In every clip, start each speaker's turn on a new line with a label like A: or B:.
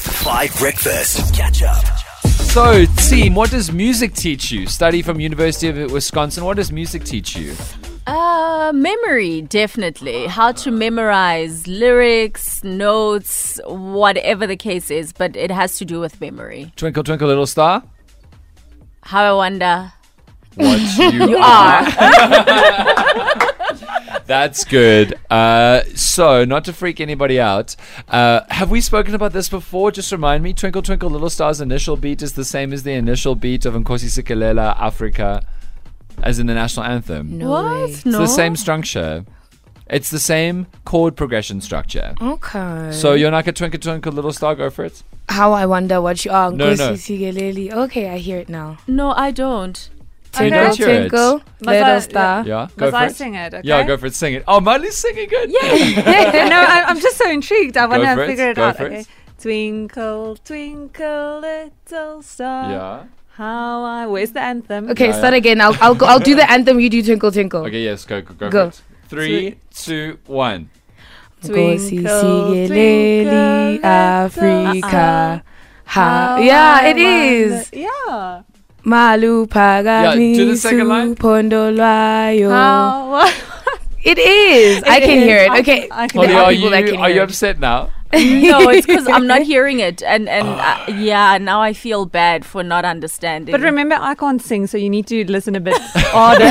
A: Five Breakfast. Catch up.
B: So, team, what does music teach you? Study from University of Wisconsin. What does music teach you?
C: Uh, memory, definitely. How to memorize lyrics, notes, whatever the case is, but it has to do with memory.
B: Twinkle, twinkle, little star.
C: How I wonder.
B: What you,
C: Ah,
B: That's good. Uh, so, not to freak anybody out, uh, have we spoken about this before? Just remind me. Twinkle, twinkle, little star's initial beat is the same as the initial beat of Nkosi Sikelela Africa, as in the national anthem.
C: what?
B: It's
C: No.
B: the same structure. It's the same chord progression structure.
D: Okay.
B: So, you're not going to twinkle, twinkle, little star. Go for it.
D: how I wonder what you are.
B: No,
D: No,
B: no.
D: Okay, I hear it now.
C: No, I don't.
B: Do you
E: Okay.
B: not hear it?
D: Twinkle, little
E: I-
D: star.
B: Yeah, go
E: Because
B: for
E: I
B: it.
E: sing it. Okay?
B: Yeah, go for it. Sing it. Oh, Miley's singing good.
E: Yeah, no, I, I'm just so intrigued. I want to
B: for it,
E: figure it,
B: go
E: out.
B: for it.
E: okay. Twinkle, twinkle, little star.
B: Yeah.
E: How I. Where's the anthem?
D: Okay,
B: Yeah,
D: start
B: yeah.
D: again. I'll I'll, go, I'll do the anthem. You do twinkle twinkle.
B: Okay. Yes. Go. Go. Go.
D: Go.
B: For it. Three, two, one.
D: Nkosi
E: Twinkle,
D: sikeleli
E: twinkle, uh-uh.
D: Africa. Ha.
E: How
D: Yeah,
E: I
D: it is.
E: wonder- Yeah.
B: do
D: Malu
B: the second line.
D: pagamisu pondolwayo.
E: How I-
D: It is. I
E: It
D: can
E: is.
D: hear it.
E: I-
D: Okay.
E: I can
B: Holly,
D: There
E: hear
D: are
B: are
D: people
B: you
D: that can
B: are
D: hear
B: you
D: it.
B: upset now?
C: No, it's because I'm not hearing it, and and
B: Ah.
C: uh, yeah, now I feel bad for not understanding.
E: But remember, I can't sing, so you need to listen a bit harder.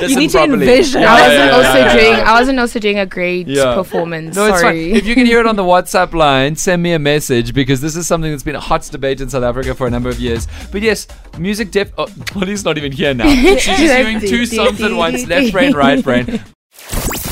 B: Listen
E: need to
B: properly.
E: envision.
B: Yeah,
D: I
B: yeah,
D: wasn't
B: yeah,
D: also
B: yeah,
D: doing.
B: yeah.
D: I wasn't also doing a great
B: Yeah.
D: performance.
B: No, it's
D: Sorry.
B: fine. If you can hear it on the WhatsApp line, send me a message because this is something that's been a hot debate in South Africa for a number of years. But yes, music def. Oh, Holly's not even here now. She's just doing two songs at once, left brain, right brain.